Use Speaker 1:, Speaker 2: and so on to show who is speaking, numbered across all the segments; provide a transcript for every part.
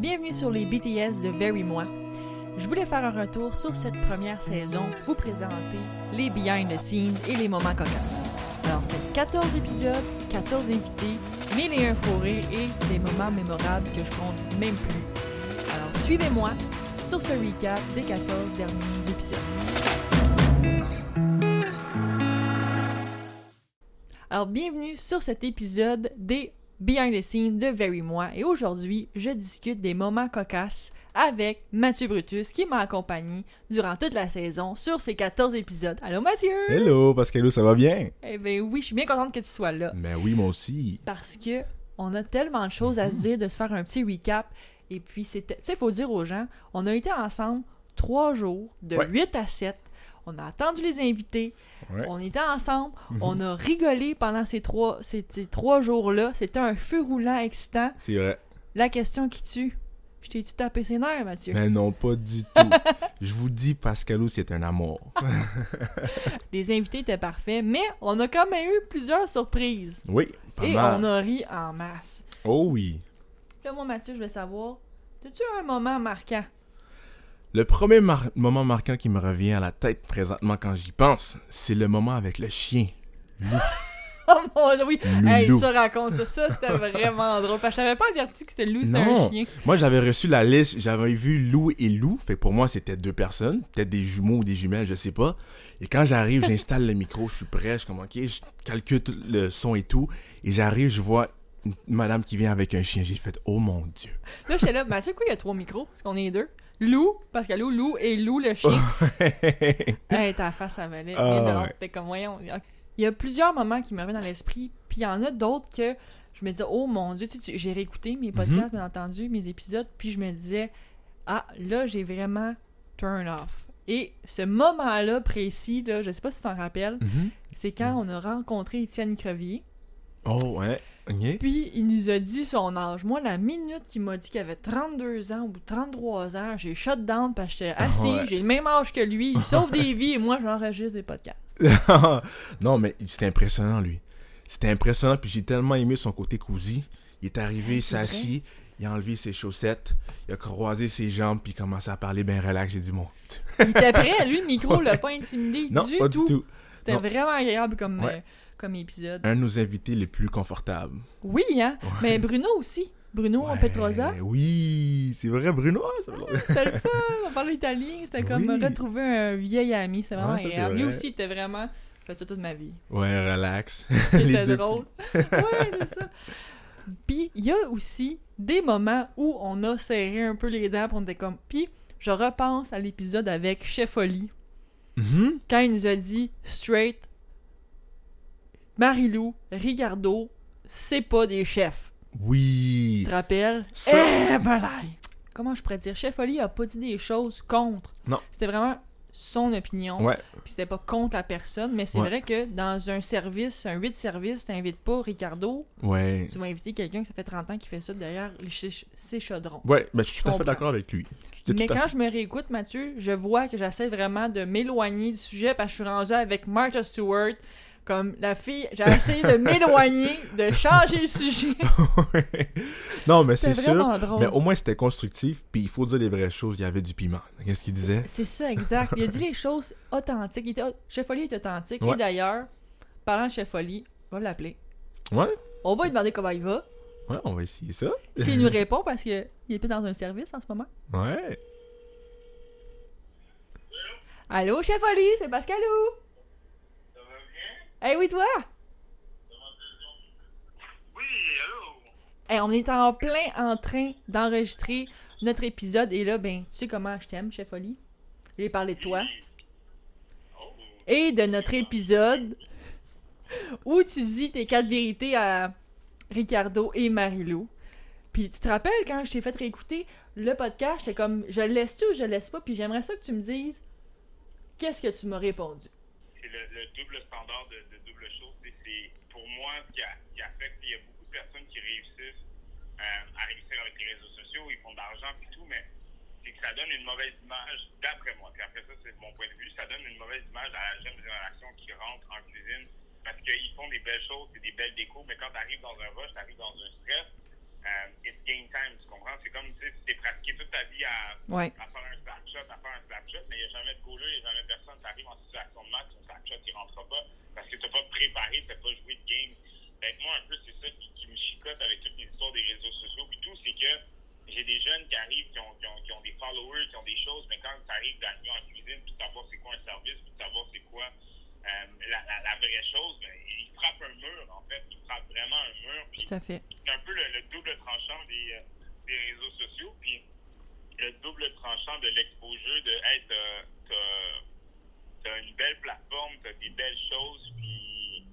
Speaker 1: bienvenue sur les BTS de Very Moi. Je voulais faire un retour sur cette première saison, vous présenter les behind the scenes et les moments cocasses. Alors, c'est 14 épisodes, 14 invités, 1001 faux rires et des moments mémorables que je compte même plus. Alors, suivez-moi sur ce recap des 14 derniers épisodes. Alors, bienvenue sur cet épisode des Behind the Scenes de Very Moi. Et aujourd'hui, je discute des moments cocasses avec Mathieu Brutus qui m'a accompagné durant toute la saison sur ces 14 épisodes. Allô, Mathieu!
Speaker 2: Hello, Pascalou, ça va bien?
Speaker 1: Eh bien, oui, je suis bien contente que tu sois là.
Speaker 2: Ben oui, moi aussi.
Speaker 1: parce que on a tellement de choses à se dire, de se faire un petit recap. Et puis, c'était- tu sais, il faut dire aux gens, on a été ensemble trois jours, de
Speaker 2: Ouais.
Speaker 1: 8 à 7. On a attendu les invités,
Speaker 2: Ouais. Mhm.
Speaker 1: on était ensemble, on a rigolé pendant ces trois, ces, ces trois jours-là. C'était un feu roulant excitant.
Speaker 2: C'est vrai.
Speaker 1: La question qui tue, je t'ai-tu tapé ses nerfs, Mathieu?
Speaker 2: Mais Ben non, pas du tout. Je vous dis, Pascalou, c'est un amour.
Speaker 1: Les invités étaient parfaits, mais on a quand même eu plusieurs surprises.
Speaker 2: Oui, pas
Speaker 1: Et
Speaker 2: mal.
Speaker 1: on a ri en masse.
Speaker 2: Oh oui.
Speaker 1: Là, moi, Mathieu, je veux savoir, as-tu un moment marquant?
Speaker 2: Le premier mar- moment marquant qui me revient à la tête présentement quand j'y pense, c'est le moment avec le chien.
Speaker 1: Oh mon dieu, oui.
Speaker 2: Loulou.
Speaker 1: Hey, ça raconte ça. Ça, c'était vraiment drôle. Parce que je savais pas averti que c'était Lou, c'était un
Speaker 2: Non.
Speaker 1: chien.
Speaker 2: Moi, j'avais reçu la liste, j'avais vu Lou et Lou. Fait que pour moi, c'était deux personnes, peut-être des jumeaux ou des jumelles, je sais pas. Et quand j'arrive, j'installe le micro, je suis prêt, je suis comme ok, je calcule tout le son et tout. Et j'arrive, je vois une madame qui vient avec un chien. J'ai fait oh mon dieu.
Speaker 1: Là, j'étais là, Mathieu, pourquoi il y a trois micros? Parce qu'on est deux. Lou, parce que Lou, Lou et Lou, le chien. hey, ta face, ça valait.
Speaker 2: Ah, ouais.
Speaker 1: T'es comme, voyons. Il y a plusieurs moments qui me reviennent dans l'esprit. Puis il y en a d'autres que je me disais, oh mon dieu, tu sais, tu- j'ai réécouté
Speaker 2: Mhm.
Speaker 1: mes podcasts, bien entendu, mes épisodes. Puis je me disais, ah, là, j'ai vraiment turn off. Et ce moment-là précis, là, je sais pas si tu t'en rappelles, c'est
Speaker 2: Mhm.
Speaker 1: quand on a rencontré Étienne Crevier.
Speaker 2: Oh ouais. Ok.
Speaker 1: Puis il nous a dit son âge. Moi, la minute qu'il m'a dit qu'il avait 32 ans ou 33 ans, j'ai shut down parce que j'étais assis,
Speaker 2: Ah, Ouais.
Speaker 1: j'ai le même âge que lui, il me sauve des vies et moi, j'enregistre des podcasts.
Speaker 2: non mais c'était impressionnant lui. C'était impressionnant puis j'ai tellement aimé son côté cosy. Il est arrivé, il s'est
Speaker 1: Ah, vrai.
Speaker 2: assis, il a enlevé ses chaussettes, il a croisé ses jambes puis il commence à parler bien relax. J'ai dit mon. Dieu.
Speaker 1: Il était prêt, lui, le micro l'a pas intimidé
Speaker 2: Non,
Speaker 1: du,
Speaker 2: pas
Speaker 1: tout.
Speaker 2: du tout.
Speaker 1: C'était
Speaker 2: Non.
Speaker 1: vraiment agréable comme,
Speaker 2: Ouais.
Speaker 1: euh, comme épisode.
Speaker 2: un de nos invités les plus confortables.
Speaker 1: Oui, hein? Mais Bruno aussi. Bruno
Speaker 2: Ouais,
Speaker 1: Petrosa,
Speaker 2: Oui, c'est vrai, Bruno. ah, c'est vrai.
Speaker 1: c'était le fun, on parlait italien, c'était comme
Speaker 2: Oui.
Speaker 1: retrouver un vieil ami, c'est vraiment
Speaker 2: Ouais, ça, c'est
Speaker 1: agréable. Lui
Speaker 2: vrai.
Speaker 1: aussi, il était vraiment, je fais ça toute ma vie.
Speaker 2: Ouais, relax.
Speaker 1: C'était
Speaker 2: deux
Speaker 1: drôle. ouais, c'est ça. Puis il y a aussi des moments où on a serré un peu les dents pour on était comme. Puis je repense à l'épisode avec Chef Oli
Speaker 2: plus. Mhm.
Speaker 1: quand il nous a dit straight Marilou, Ricardo, c'est pas des chefs. Tu
Speaker 2: Oui.
Speaker 1: te rappelles
Speaker 2: Ça-
Speaker 1: Eh, balaye! Comment je pourrais dire Chef Oli a pas dit des choses contre.
Speaker 2: Non.
Speaker 1: C'était vraiment son opinion.
Speaker 2: Ouais.
Speaker 1: Puis c'était pas contre la personne, mais c'est
Speaker 2: Ouais.
Speaker 1: vrai que dans un service, un 8 service, t'invites pas Ricardo,
Speaker 2: Ouais.
Speaker 1: tu vas inviter quelqu'un que ça fait 30 ans qui fait ça derrière les ch- ses chaudrons.
Speaker 2: Ouais, ben, je suis tout à
Speaker 1: comprends.
Speaker 2: fait d'accord avec lui. Je suis tout
Speaker 1: Mais
Speaker 2: à
Speaker 1: quand je me réécoute, Mathieu, je vois que j'essaie vraiment de m'éloigner du sujet parce que je suis rendue avec Martha Stewart. Comme la fille, j'ai essayé de m'éloigner, de changer le sujet.
Speaker 2: fait- non, mais
Speaker 1: C'est
Speaker 2: c'est sûr.
Speaker 1: vraiment drôle.
Speaker 2: Mais au moins, c'était constructif. Puis il faut dire les vraies choses. Il y avait du piment. Qu'est-ce qu'il disait
Speaker 1: C'est ça, exact. Il a dit les choses authentiques. Il était au- Chef Oli est authentique. Et
Speaker 2: Ouais.
Speaker 1: d'ailleurs, parlant de Chef Oli, on va l'appeler.
Speaker 2: Ouais.
Speaker 1: On va lui demander comment il va.
Speaker 2: Ouais, on va essayer ça.
Speaker 1: S'il nous répond, parce qu'il est plus dans un service en ce moment.
Speaker 2: Ouais.
Speaker 1: Allô, Chef Oli, c'est Pascalou!
Speaker 3: Ça va bien?
Speaker 1: Eh oui, toi!
Speaker 3: Oui, allô?
Speaker 1: Hey, Eh, on est en plein en train d'enregistrer notre épisode et là, ben, tu sais comment je t'aime, Chef Oli. J'ai parlé de toi
Speaker 3: Oh,
Speaker 1: et de notre épisode où tu dis tes quatre vérités à Ricardo et Marilou. Puis tu te rappelles quand je t'ai fait réécouter le podcast, j'étais comme je le laisse-tu ou je le laisse pas, puis j'aimerais ça que tu me dises qu'est-ce que tu m'as répondu.
Speaker 3: c'est le, le double standard de, de double chose. C'est, c'est pour moi ce qui, a- ce qui affecte. Il y a beaucoup de personnes qui réussissent euh, à réussir avec les réseaux sociaux, ils font de l'argent et tout, mais c'est que ça donne une mauvaise image, d'après moi. Puis après ça, c'est mon point de vue, ça donne une mauvaise image à la jeune génération qui rentre en cuisine parce qu'ils font des belles choses, c'est des belles décos, mais quand tu arrives dans un rush, tu arrives dans un stress, euh, it's game time, tu comprends? C'est comme tu sais, si t'es pratiqué toute ta vie à,
Speaker 1: Ouais.
Speaker 3: à faire un snapshot, à faire un snapshot, mais il n'y a jamais de goaler, il n'y a jamais personne. Tu arrives en situation de match, ton snapshot, il ne rentre pas parce que tu n'as pas préparé, tu n'as pas joué de game. Fait que moi, un peu, c'est ça qui, qui me chicote avec toutes les histoires des réseaux sociaux et tout, c'est que j'ai des jeunes qui arrivent, qui ont, qui ont- qui ont des followers, qui ont des choses, mais quand tu arrives d'arriver en cuisine, puis de savoir c'est quoi un service, puis de savoir c'est quoi euh, la, la- la vraie chose, ben, ils frappent un mur, en fait. Ils frappent vraiment un mur. puis
Speaker 1: Tout à fait.
Speaker 3: c'est un peu le, le double tranchant des, euh, des réseaux sociaux, puis le double tranchant de l'exposure de hey, t'as- t'as- t'as une belle plateforme, t'as des belles choses, puis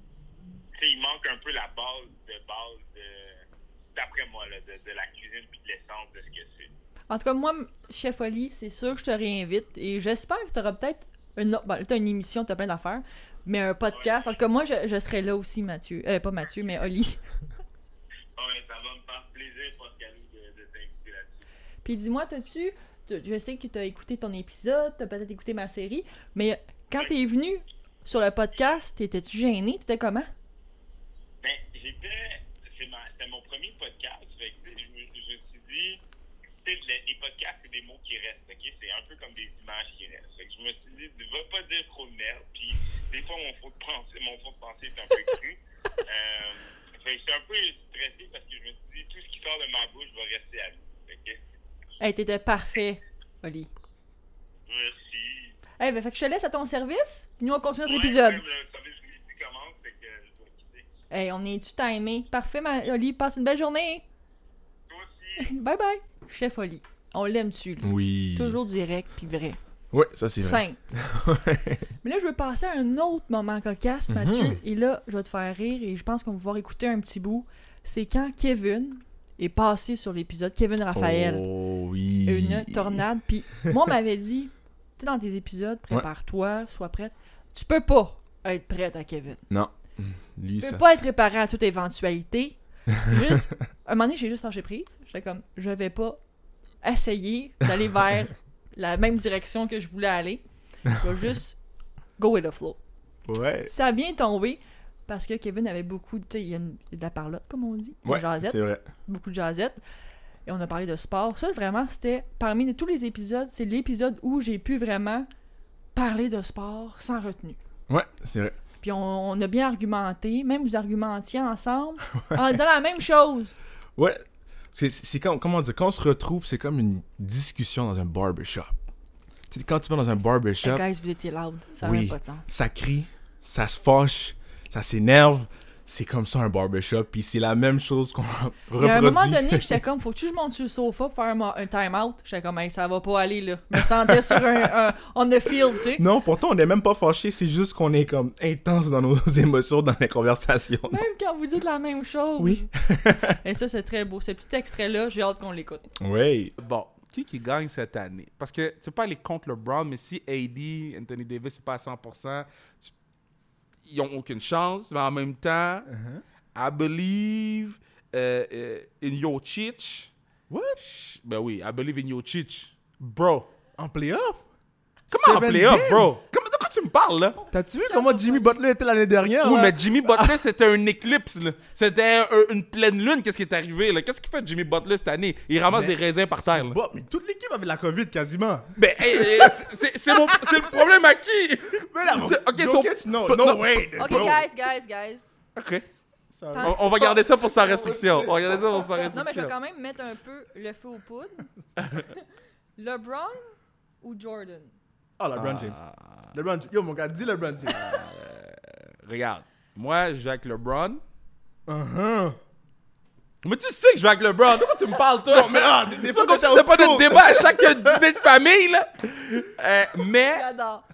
Speaker 3: tu sais, il manque un peu la base de base de- d'après moi, là, de, de la cuisine puis de l'essence de ce que c'est.
Speaker 1: En tout cas, moi, m- Chef Oli, c'est sûr que je te réinvite et j'espère que tu auras peut-être une, autre- bon, t'as une émission, tu as plein d'affaires, mais un podcast. En tout cas, moi, je, je serai là aussi, Mathieu. Euh, pas Mathieu, mais Oli.
Speaker 3: Bon, ben, ça va me faire plaisir, Pascal, de, de t'inviter là-dessus.
Speaker 1: Puis dis-moi, t'as-tu. t'as- Je sais que t'as écouté ton épisode, t'as peut-être écouté ma série, mais quand t'es venu sur le podcast, t'étais-tu gêné? T'étais comment?
Speaker 3: Ben, j'étais. c'est ma- C'était mon premier podcast. Fait que, tu sais, je, me, je me suis dit. tu sais, Les, les podcasts, c'est des mots qui restent. ok? C'est un peu comme des images qui restent. Fait que je me suis dit, va pas dire trop de merde. Puis, des fois, mon fond de pensée, mon fond de pensée est un peu cru. Euh, fait que j'étais un peu stressé parce que je me suis dit, tout ce qui sort de ma bouche va rester à vous. Fait que,
Speaker 1: Hey, t'étais parfait, Oli.
Speaker 3: merci.
Speaker 1: Hey, ben fait que je te laisse à ton service, puis nous on continue notre
Speaker 3: Ouais,
Speaker 1: épisode.
Speaker 3: même, euh, vous savez, je vous dis comment. Fait que, euh, je dois quitter.
Speaker 1: Hey, on est-tu timé? Parfait, ma Oli, passe une belle journée!
Speaker 3: Toi aussi.
Speaker 1: Bye bye! Chef Oli, on l'aime-tu, lui?
Speaker 2: Oui.
Speaker 1: Toujours direct puis vrai.
Speaker 2: Ouais, ça c'est vrai.
Speaker 1: Simple. Mais là, je veux passer à un autre moment
Speaker 2: Mhm.
Speaker 1: cocasse, Mathieu. Et là, je vais te faire rire et je pense qu'on va pouvoir écouter un petit bout. C'est quand Kevin est passé sur l'épisode, Kevin Raphaël,
Speaker 2: Oh oui.
Speaker 1: une tornade. Puis moi, on m'avait dit, tu sais, dans tes épisodes, prépare-toi, sois prête. Tu peux pas être prête à Kevin.
Speaker 2: Non. Lui,
Speaker 1: Tu peux
Speaker 2: ça.
Speaker 1: pas être préparé à toute éventualité. Juste, un moment donné, j'ai juste lâché prise. J'étais comme, je vais pas essayer d'aller vers la même direction que je voulais aller. Je vais juste go with the flow.
Speaker 2: Ouais.
Speaker 1: Ça a bien tombé parce que Kevin avait beaucoup de, tu sais, il y a une- de la parlotte, comme on dit, de
Speaker 2: Ouais,
Speaker 1: jasette,
Speaker 2: c'est vrai.
Speaker 1: beaucoup de jasette. Et on a parlé de sport. Ça, vraiment, c'était parmi de tous les épisodes, c'est l'épisode où j'ai pu vraiment parler de sport sans retenue.
Speaker 2: Ouais, c'est vrai.
Speaker 1: Puis on, on a bien argumenté, même vous argumentiez ensemble en disant la même chose.
Speaker 2: Ouais. C'est- C'est comme, comment dire, quand on se retrouve, c'est comme une discussion dans un barbershop. Tu sais, quand tu vas dans un barbershop,
Speaker 1: Hey, guys, vous étiez loud, ça n'a
Speaker 2: Oui.
Speaker 1: pas de sens.
Speaker 2: ça crie, ça se fâche, ça s'énerve. C'est comme ça un barbershop, puis c'est la même chose qu'on
Speaker 1: Il y
Speaker 2: reproduit.
Speaker 1: a un moment donné, j'étais comme, faut que je monte sur le sofa pour faire un, mo- un time-out. J'étais comme, Hey, ça va pas aller là. Je me sentais sur un, un- on the field, tu sais.
Speaker 2: Non, pourtant, on n'est même pas fâché, c'est juste qu'on est comme intense dans nos émotions, dans les conversations.
Speaker 1: Même quand vous dites la même chose.
Speaker 2: Oui.
Speaker 1: Et ça, c'est très beau. Ce petit extrait-là, j'ai hâte qu'on l'écoute.
Speaker 2: Oui.
Speaker 4: Bon, qui qui gagne cette année? Parce que tu peux pas aller contre LeBron, mais si AD, Anthony Davis, c'est pas à 100%, tu- ils n'ont aucune chance. Mais en même temps, I believe euh, euh, in Jokic.
Speaker 5: What?
Speaker 4: Ch- Ben oui, I believe in Jokic. Bro,
Speaker 5: En playoff?
Speaker 4: comment en
Speaker 5: Seven
Speaker 4: playoff,
Speaker 5: games?
Speaker 4: bro? Comment, de quoi tu me parles, là?
Speaker 5: T'as-tu vu comment Jimmy Butler était l'année dernière?
Speaker 4: Oui,
Speaker 5: là?
Speaker 4: mais Jimmy Butler, c'était un éclipse, là. C'était euh, une pleine lune, qu'est-ce qui est arrivé, là? Qu'est-ce qu'il fait Jimmy Butler cette année? Il ramasse des raisins par terre, là.
Speaker 5: Bon, mais toute l'équipe avait la COVID quasiment.
Speaker 4: Ben, hey, hey, hey, c'est- c'est mon- c'est le problème à qui?
Speaker 5: Mais là,
Speaker 4: C'est- ok,
Speaker 5: Jokic,
Speaker 4: son-
Speaker 5: no,
Speaker 4: pas-
Speaker 5: no,
Speaker 4: non.
Speaker 5: way.
Speaker 1: OK,
Speaker 5: no.
Speaker 1: guys, guys, guys.
Speaker 4: Ok.
Speaker 5: Sorry.
Speaker 4: On, on va garder ça pour sa restriction. On va garder ça pour sa
Speaker 1: Non, mais je
Speaker 4: restriction.
Speaker 1: vais quand même mettre un peu le feu aux poudres. LeBron ou Jordan?
Speaker 5: Oh, LeBron James. LeBron James. Yo, mon gars, dis LeBron James.
Speaker 4: Regarde, moi, je vais avec LeBron.
Speaker 2: Ah.
Speaker 5: Uh-huh.
Speaker 4: Mais tu sais que je vais avec LeBron. De quoi tu me parles, toi?
Speaker 5: Mais ah, des- des
Speaker 4: c'est pas
Speaker 5: fois,
Speaker 4: comme si
Speaker 5: t'étais
Speaker 4: c'était pas
Speaker 5: au
Speaker 4: notre
Speaker 5: school.
Speaker 4: débat à chaque dîner de famille, là. Euh, mais
Speaker 1: J'adore.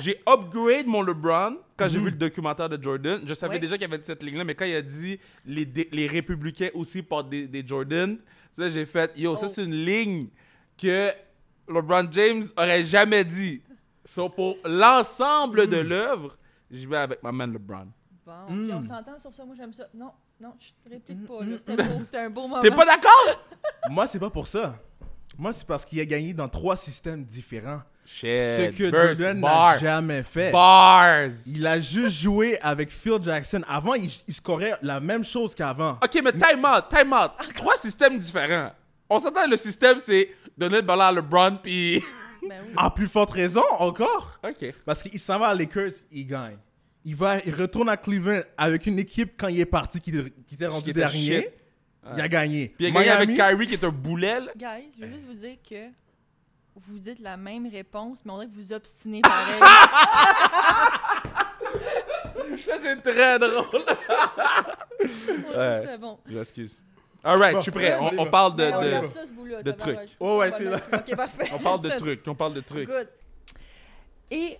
Speaker 4: j'ai upgrade mon LeBron quand j'ai vu
Speaker 5: Mm.
Speaker 4: le documentaire de Jordan. Je savais
Speaker 1: Oui.
Speaker 4: déjà qu'il y avait cette ligne-là, mais quand il a dit les, dé- les républicains aussi portent des, des Jordan, ça, j'ai fait yo, ça,
Speaker 1: Oh.
Speaker 4: c'est une ligne que LeBron James aurait jamais dit. So, pour l'ensemble
Speaker 5: Mm.
Speaker 4: de l'œuvre, je vais avec ma man LeBron.
Speaker 1: Bon, puis on s'entend sur ça. Moi, j'aime ça. Non, Hmm, non, je réplique pas. là. C'était beau, c'était un beau moment.
Speaker 4: T'es pas d'accord?
Speaker 5: Moi, c'est pas pour ça. Moi, c'est parce qu'il a gagné dans trois systèmes différents. Ce
Speaker 4: Shit.
Speaker 5: que
Speaker 4: verse,
Speaker 5: Jordan n'a
Speaker 4: bars.
Speaker 5: jamais fait.
Speaker 4: Bars.
Speaker 5: Il a juste joué avec Phil Jackson. Avant, il, il scorait la même chose qu'avant.
Speaker 4: Ok, mais time out, time out. Trois systèmes différents. On s'entend, le système, c'est donner le ballon à LeBron, puis.
Speaker 1: Ben oui.
Speaker 5: À plus forte raison, encore.
Speaker 4: Ok.
Speaker 5: Parce qu'il s'en va à Lakers, il gagne. Il, va, il retourne à Cleveland avec une équipe quand il est parti qui, qui était rendu
Speaker 4: Qui était
Speaker 5: dernier.
Speaker 4: shit.
Speaker 5: Il a gagné.
Speaker 4: Puis il a gagné avec
Speaker 5: Miami,
Speaker 4: Kyrie, qui est un boulet, là.
Speaker 1: Guys, je veux juste vous dire que vous dites la même réponse, mais on dirait que vous vous obstinez pareil.
Speaker 4: Ça, c'est très drôle.
Speaker 1: Ouais, ça, c'était bon.
Speaker 4: Je m'excuse. Alright, je suis prêt.
Speaker 5: on y
Speaker 4: On, on
Speaker 5: va.
Speaker 4: parle de.
Speaker 1: Mais on
Speaker 4: de-
Speaker 1: garde ça, ce bout-là,
Speaker 4: de
Speaker 1: tabarnak.
Speaker 4: trucs.
Speaker 5: Oh, ouais,
Speaker 1: On va
Speaker 5: c'est
Speaker 1: mettre- Ok, parfait.
Speaker 4: on parle de
Speaker 1: Ça,
Speaker 4: trucs, on parle de trucs.
Speaker 1: Good. Et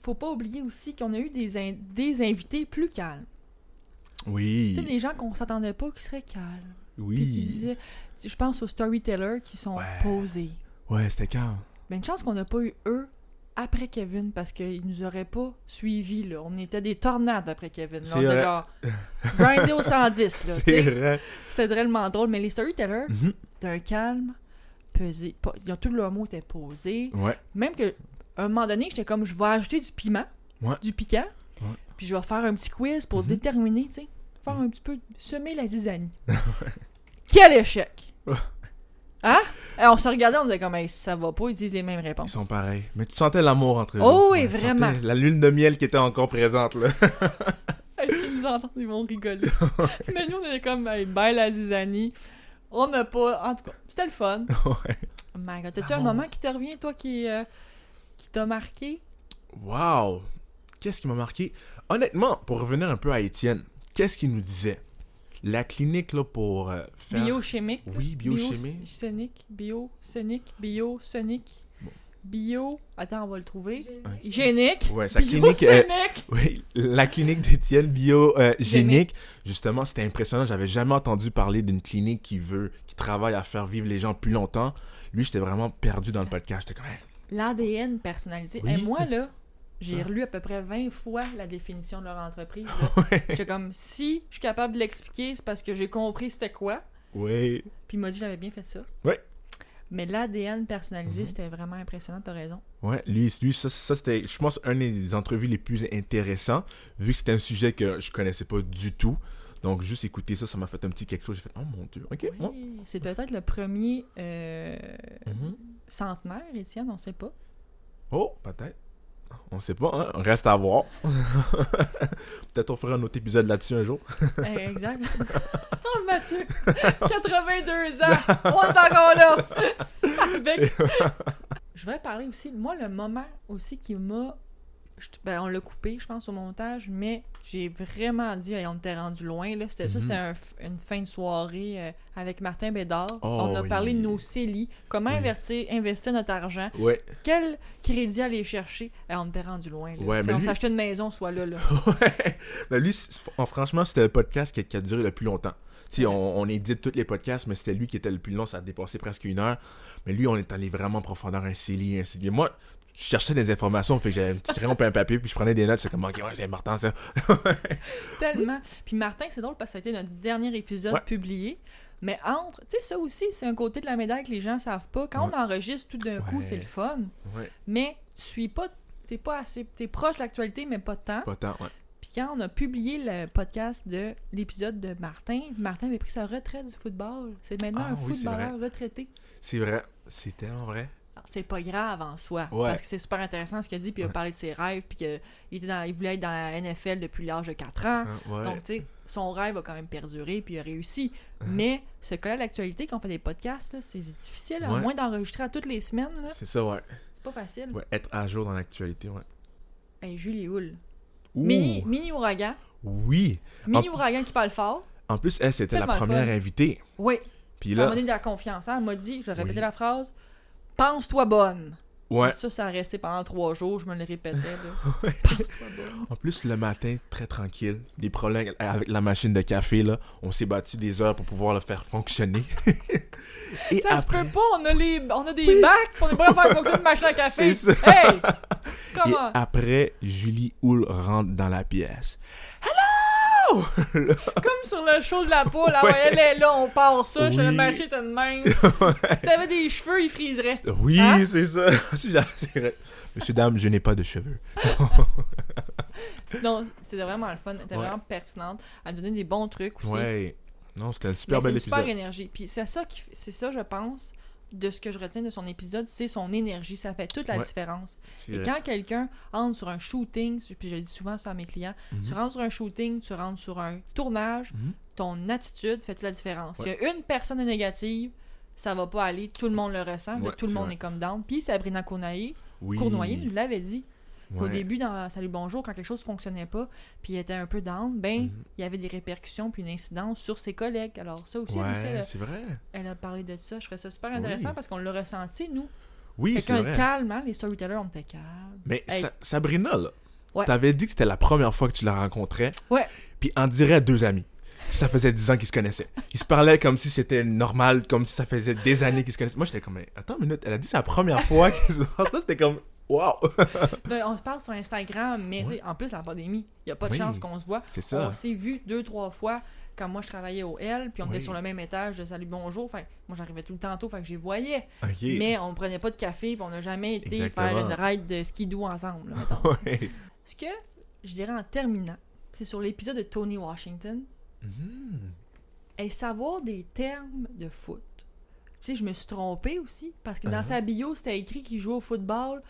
Speaker 1: faut pas oublier aussi qu'on a eu des, in- des invités plus calmes. Tu
Speaker 2: Oui.
Speaker 1: sais, des gens qu'on s'attendait pas qui seraient calmes. Puis qui
Speaker 2: Oui.
Speaker 1: disaient, tu- je pense aux storytellers qui sont
Speaker 2: Ouais.
Speaker 1: posés.
Speaker 2: Ouais, c'était quand?
Speaker 1: Ben, une chance qu'on n'a pas eu eux après Kevin parce qu'ils nous auraient pas suivis. Là. On était des tornades après Kevin. Là.
Speaker 2: C'est
Speaker 1: On était
Speaker 2: vrai.
Speaker 1: genre grindé au 110. Là, tu
Speaker 2: C'est
Speaker 1: sais.
Speaker 2: vrai. Mhm.
Speaker 1: C'était drôlement drôle, mais les storytellers, d'un calme, pesé. pas- ils ont- tout leur mot était posé.
Speaker 2: Ouais.
Speaker 1: Même que, à un moment donné, j'étais comme, je vais ajouter du piment,
Speaker 2: Ouais.
Speaker 1: du piquant,
Speaker 2: Ouais. Mhm.
Speaker 1: puis je vais faire un petit quiz pour déterminer, tu sais, faire un petit peu, semer la zizanie. Quel échec!
Speaker 2: Ouais.
Speaker 1: Hein? Et on se regardait, on était comme, Hey, ça va pas, ils disent les mêmes
Speaker 2: Ils
Speaker 1: réponses.
Speaker 2: sont pareils. Mais tu sentais l'amour entre eux.
Speaker 1: Oh
Speaker 2: autres,
Speaker 1: oui,
Speaker 2: ouais. Tu
Speaker 1: vraiment.
Speaker 2: sentais La lune de miel qui était encore présente, là.
Speaker 1: Est-ce qu'ils nous entendent? Ils vont rigoler. Mais nous, on était comme, hey, bye la zizanie. On n'a pas. En tout cas, c'était le fun. Oh
Speaker 2: ouais.
Speaker 1: My God,
Speaker 2: Ah
Speaker 1: t'as-tu un moment qui te revient, toi, qui, euh, qui t'a marqué?
Speaker 2: Wow! Qu'est-ce qui m'a marqué? Honnêtement, pour revenir un peu à Étienne, qu'est-ce qu'il nous disait? La clinique, là, pour euh, faire...
Speaker 1: Biochimique. là.
Speaker 2: Oui, biochimie.
Speaker 1: Bio- scénique, bio, scénique, bio, scénique, bio. Attends, on va le trouver. Génique.
Speaker 2: Ouais, sa clinique, euh,
Speaker 1: Biocénique.
Speaker 2: Oui, la clinique d'Étienne biogénique, justement, c'était impressionnant. J'avais jamais entendu parler d'une clinique qui veut, qui travaille à faire vivre les gens plus longtemps. Lui, j'étais vraiment perdu dans le podcast. J'étais comme, hein? Hey,
Speaker 1: L'ADN personnalisé.
Speaker 2: Oui.
Speaker 1: Et moi, là, j'ai relu à peu près 20 fois la définition de leur entreprise. là. J'étais comme, si je suis capable de l'expliquer, c'est parce que j'ai compris c'était quoi.
Speaker 2: ouais.
Speaker 1: Puis il m'a dit j'avais bien fait ça.
Speaker 2: Ouais. Mm-hmm.
Speaker 1: Mais l'ADN personnalisé, c'était vraiment impressionnant, t'as raison.
Speaker 2: Ouais, lui, lui ça, ça, c'était, je pense, un des entrevues les plus intéressants, vu que c'était un sujet que je connaissais pas du tout. Donc, juste écouter ça, ça m'a fait un petit quelque chose. J'ai fait, oh mon dieu, ok. ouais.
Speaker 1: C'est peut-être le premier euh,
Speaker 2: Mhm.
Speaker 1: centenaire, Étienne, on sait pas.
Speaker 2: Oh, peut-être. On sait pas, hein? Reste à voir. peut-être on fera un autre épisode là-dessus un jour.
Speaker 1: Euh, exact. oh, Mathieu, 82 ans, on est encore là. Avec- Je voudrais parler aussi, moi, le moment aussi qui m'a... je- ben, on l'a coupé, je pense, au montage, mais j'ai vraiment dit, hey, on était rendu loin. Là. C'était ça,
Speaker 2: Mhm.
Speaker 1: c'était un f- une fin de soirée euh, avec Martin Bédard.
Speaker 2: Oh,
Speaker 1: on a parlé de
Speaker 2: oui.
Speaker 1: nos CELI, comment
Speaker 2: Oui.
Speaker 1: invertir- investir notre argent.
Speaker 2: Ouais.
Speaker 1: Quel crédit aller chercher? Eh, on était rendu loin. Là.
Speaker 2: Ouais,
Speaker 1: Si
Speaker 2: mais
Speaker 1: on
Speaker 2: lui-
Speaker 1: s'achetait une maison, soit là. là.
Speaker 2: Ouais. Mais lui, c'est- fr- franchement, c'était le podcast qui, qui a duré le plus longtemps. Tu sais, on, on édite tous les podcasts, mais c'était lui qui était le plus long, ça a dépassé presque une heure. Mais lui, on est allé vraiment en profondeur, un CELI, un CELI. Moi, je cherchais des informations, fait que j'avais un petit crayon puis un papier, puis je prenais des notes, c'est comme, ok, ouais, c'est important ça.
Speaker 1: Tellement. Puis Martin, c'est drôle parce que ça a été notre dernier épisode
Speaker 2: Ouais.
Speaker 1: publié. Mais entre, tu sais, ça aussi, c'est un côté de la médaille que les gens savent pas. Quand on enregistre tout d'un coup,
Speaker 2: Ouais.
Speaker 1: c'est le fun.
Speaker 2: Ouais,
Speaker 1: Mais tu suis pas, t'es pas assez, t'es proche de l'actualité, mais pas tant.
Speaker 2: pas tant, ouais.
Speaker 1: Puis quand on a publié le podcast de l'épisode de Martin, Martin avait pris sa retraite du football. C'est maintenant
Speaker 2: Ah
Speaker 1: un
Speaker 2: oui, c'est vrai.
Speaker 1: footballeur retraité.
Speaker 2: C'est vrai, c'est tellement vrai.
Speaker 1: Alors, C'est pas grave en soi.
Speaker 2: Ouais.
Speaker 1: Parce que c'est super intéressant ce qu'il a dit, puis il a
Speaker 2: Ouais.
Speaker 1: parlé de ses rêves, puis qu'il était dans- il voulait être dans la NFL depuis l'âge de 4 ans.
Speaker 2: Hein, ouais.
Speaker 1: Donc, tu sais, son rêve a quand même perduré, puis il a réussi. Mais se coller à l'actualité quand on fait des podcasts, là, c'est difficile, à
Speaker 2: Ouais.
Speaker 1: moins d'enregistrer à toutes les semaines. là.
Speaker 2: C'est ça, ouais.
Speaker 1: C'est pas facile.
Speaker 2: Ouais, être à jour dans l'actualité, ouais.
Speaker 1: Hey, Julie Houle.
Speaker 2: Ouh, Ah.
Speaker 1: Mini, mini ouragan.
Speaker 2: Oui!
Speaker 1: Mini
Speaker 2: En-
Speaker 1: ouragan qui parle fort.
Speaker 2: En plus, elle, c'était la
Speaker 1: Tellement
Speaker 2: première
Speaker 1: fun.
Speaker 2: invitée.
Speaker 1: Oui,
Speaker 2: Puis
Speaker 1: elle m'a
Speaker 2: là,
Speaker 1: donné de la confiance. hein. Elle m'a dit, je répétais
Speaker 2: Oui.
Speaker 1: la phrase, pense-toi bonne.
Speaker 2: ouais.
Speaker 1: Ça, ça a resté pendant trois jours, je me le répétais. là. Pense-toi bonne.
Speaker 2: En plus, le matin, très tranquille, des problèmes avec la machine de café, là, on s'est battu des heures pour pouvoir le faire fonctionner. Et
Speaker 1: Ça se
Speaker 2: après,
Speaker 1: peut pas, on a, les, on a des bacs, on est pas à faire fonctionner une machine à café.
Speaker 2: C'est
Speaker 1: Hey!
Speaker 2: et
Speaker 1: Comment?
Speaker 2: après, Julie Houle rentre dans la pièce. wow!
Speaker 1: Comme sur le show de la poule, ah ouais, elle est là, on part ça, je le
Speaker 2: Oui.
Speaker 1: mâcher t'as de même. si t'avais des cheveux, il friserait.
Speaker 2: Oui,
Speaker 1: Hein?
Speaker 2: c'est ça. C'est vrai. Monsieur, dame, je n'ai pas de cheveux.
Speaker 1: Non, c'était vraiment le fun, elle était
Speaker 2: Ouais.
Speaker 1: vraiment pertinente. Elle donnait des bons trucs aussi.
Speaker 2: Ouais. Non, c'était un
Speaker 1: Mais
Speaker 2: super
Speaker 1: c'est
Speaker 2: bel
Speaker 1: une super
Speaker 2: épisode.
Speaker 1: énergie. Puis c'est ça, qui, f- c'est ça, je pense, de ce que je retiens de son épisode, c'est son énergie. Ça fait toute la
Speaker 2: Ouais.
Speaker 1: différence.
Speaker 2: C'est
Speaker 1: Et
Speaker 2: vrai.
Speaker 1: quand quelqu'un rentre sur un shooting, puis je le dis souvent ça à mes clients,
Speaker 2: Mhm.
Speaker 1: tu rentres sur un shooting, tu rentres sur un tournage,
Speaker 4: Mhm.
Speaker 1: ton attitude fait toute la différence. S'il y a une personne est négative, ça va pas aller, tout le monde le ressent, puis
Speaker 2: Ouais,
Speaker 1: tout le
Speaker 2: c'est
Speaker 1: monde
Speaker 2: vrai.
Speaker 1: est comme down. Puis Sabrina Cournoyer,
Speaker 2: Oui.
Speaker 1: Cournoyer nous l'avait dit qu'au
Speaker 2: Ouais.
Speaker 1: début, dans Salut Bonjour, quand quelque chose fonctionnait pas, puis il était un peu down, ben,
Speaker 2: Mhm.
Speaker 1: il y avait des répercussions puis une incidence sur ses collègues. Alors ça aussi, Lucie, elle,
Speaker 2: Ouais,
Speaker 1: a-
Speaker 2: c'est vrai.
Speaker 1: elle a parlé de ça. Je trouvais ça super
Speaker 2: Oui.
Speaker 1: intéressant parce qu'on l'a ressenti, nous.
Speaker 2: Oui, c'est
Speaker 1: Quelqu'un
Speaker 2: vrai.
Speaker 1: calme, hein? les storytellers, on était calme.
Speaker 2: Mais
Speaker 1: Hey.
Speaker 2: Sa- Sabrina, là,
Speaker 1: Ouais.
Speaker 2: t'avais dit que c'était la première fois que tu la rencontrais.
Speaker 1: Ouais.
Speaker 2: Puis on dirait deux amis. Ça faisait dix ans qu'ils se connaissaient. Ils se parlaient comme si c'était normal, comme si ça faisait des années qu'ils se connaissaient. Moi, j'étais comme, mais attends une minute, elle a dit c'est la première fois qu'ils se parlent. Ça, c'était comme, waouh!
Speaker 1: Ben, on se parle sur Instagram, mais tu sais, en plus, la pandémie, il n'y a pas de
Speaker 2: Oui.
Speaker 1: chance qu'on se voit.
Speaker 2: C'est ça.
Speaker 1: On s'est vu deux, trois fois quand moi je travaillais au L, puis on était
Speaker 2: Oui.
Speaker 1: sur le même étage de Salut Bonjour. Enfin, moi j'arrivais tout le temps tôt, fait que j'y voyais.
Speaker 2: Ok.
Speaker 1: Mais on prenait pas de café, puis on n'a jamais été faire
Speaker 2: Exactement.
Speaker 1: une ride de skidoo ensemble. là, mettons.
Speaker 2: Ouais.
Speaker 1: Ce que je dirais en terminant, c'est sur l'épisode de Tony Washington.
Speaker 2: Mm-hmm.
Speaker 1: Et savoir des termes de foot. Tu sais, je me suis trompée aussi, parce que
Speaker 2: Uh-huh.
Speaker 1: dans sa bio, c'était écrit qu'il jouait au football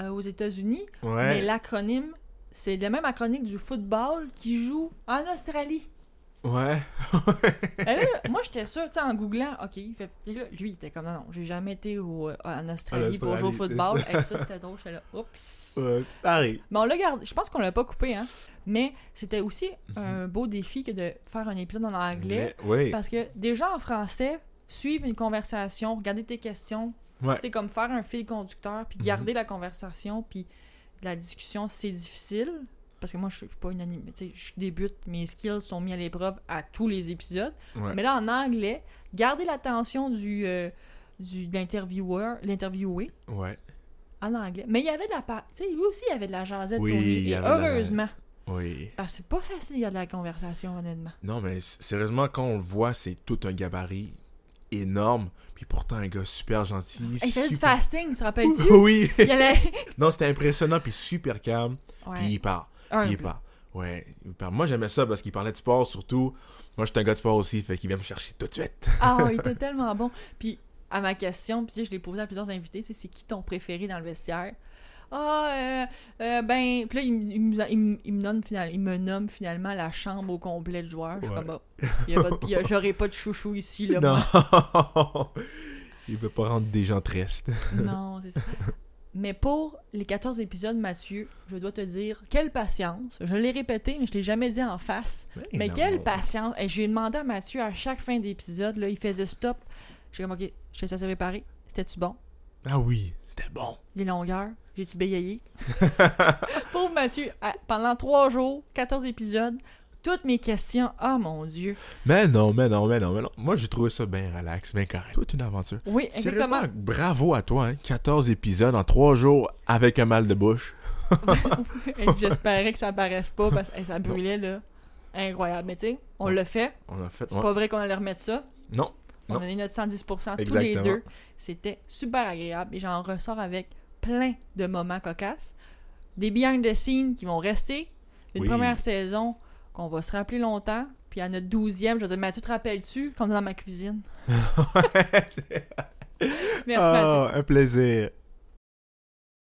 Speaker 1: euh, aux États-Unis, mais
Speaker 2: Ouais.
Speaker 1: l'acronyme, c'est le même acronyme du football qui joue en Australie.
Speaker 2: Ouais.
Speaker 1: Et là, moi, j'étais sûre, tu sais, en googlant, OK, il fait- puis là, lui, il était comme, non, non, j'ai jamais été au- euh, en Australie pour jouer au
Speaker 2: Australie,
Speaker 1: football. Et ça, c'était drôle, j'étais là, oups.
Speaker 2: Ouais. Pareil.
Speaker 1: Mais on l'a gardé. Je pense qu'on l'a pas coupé, hein. Mais c'était aussi
Speaker 2: Mhm.
Speaker 1: un beau défi que de faire un épisode en anglais.
Speaker 2: Oui.
Speaker 1: Parce que déjà en français, suivre une conversation, regarder tes questions,
Speaker 2: Ouais. Mhm.
Speaker 1: c'est comme faire un fil conducteur, puis garder la conversation, puis la discussion, c'est difficile. Parce que moi, je suis pas une anime. tu sais, Je débute, mes skills sont mis à l'épreuve à tous les épisodes.
Speaker 2: Ouais.
Speaker 1: Mais là, en anglais, garder l'attention du, euh, du, de l'intervieweur, l'interviewé,
Speaker 2: Ouais.
Speaker 1: en anglais. Mais il y avait de la part. Tu sais, lui aussi, il y avait de la jasette.
Speaker 2: Oui,
Speaker 1: Tony,
Speaker 2: il y
Speaker 1: et
Speaker 2: avait de la-
Speaker 1: heureusement.
Speaker 2: Oui.
Speaker 1: Parce que c'est pas facile, il y a de la conversation, honnêtement.
Speaker 2: Non, mais s- sérieusement, quand on le voit, c'est tout un gabarit énorme. Puis pourtant, un gars super gentil.
Speaker 1: il faisait du
Speaker 2: super...
Speaker 1: fasting, tu te rappelles-tu?
Speaker 2: Oui.
Speaker 1: Il allait.
Speaker 2: non, c'était impressionnant, puis super calme. Puis
Speaker 1: Ouais.
Speaker 2: il part. Puis
Speaker 1: humble.
Speaker 2: il part. Ouais. il part. Moi, j'aimais ça parce qu'il parlait de sport, surtout. Moi, je suis un gars de sport aussi, fait qu'il vient me chercher tout de suite.
Speaker 1: Ah, il était tellement bon. Puis à ma question, puis je l'ai posée à plusieurs invités, c'est c'est qui ton préféré dans le vestiaire? Ah, euh, euh, ben, puis là, il, me- il me- il me- il me donne final- il me nomme finalement la chambre au complet de joueurs. Je suis
Speaker 2: Ouais.
Speaker 1: comme, bah, il y a pas de- il y a- j'aurais pas de chouchou ici, là. moi.
Speaker 2: non. il veut pas rendre des gens tristes.
Speaker 1: Non, c'est ça. Mais pour les 14 épisodes, Mathieu, je dois te dire, quelle patience. Je l'ai répété, mais je l'ai jamais dit en face. Mais
Speaker 2: non.
Speaker 1: quelle patience! Et j'ai demandé à Mathieu à chaque fin d'épisode, là, il faisait stop. J'ai comme, OK, je te laisse réparer. C'était-tu bon?
Speaker 2: Ah oui, c'était bon.
Speaker 1: Les longueurs? J'ai-tu bégayé? Pauvre Mathieu, à- pendant trois jours, 14 épisodes, toutes mes questions, ah mon Dieu!
Speaker 2: Mais non, mais non, mais non, mais non. Moi, j'ai trouvé ça bien relax, bien correct. Toute une aventure.
Speaker 1: Oui, exactement.
Speaker 2: Sérieusement, bravo à toi, hein. 14 épisodes en 3 jours avec un mal de bouche.
Speaker 1: Et J'espérais que ça paraisse pas parce que hey, ça brûlait, là. Incroyable. Mais tu sais, on
Speaker 2: Ouais.
Speaker 1: l'a fait.
Speaker 2: On a fait.
Speaker 1: C'est
Speaker 2: ouais.
Speaker 1: pas vrai qu'on allait remettre ça.
Speaker 2: Non.
Speaker 1: On
Speaker 2: Non.
Speaker 1: a mis notre 110% tous les
Speaker 2: Exactement.
Speaker 1: deux. C'était super agréable et j'en ressors avec plein de moments cocasses. Des behind the scenes qui vont rester. Une
Speaker 2: Oui.
Speaker 1: première saison qu'on va se rappeler longtemps. Puis à notre douzième, je vais dire Mathieu, te rappelles-tu quand on est dans ma cuisine Merci Mathieu.
Speaker 2: Ah, un plaisir.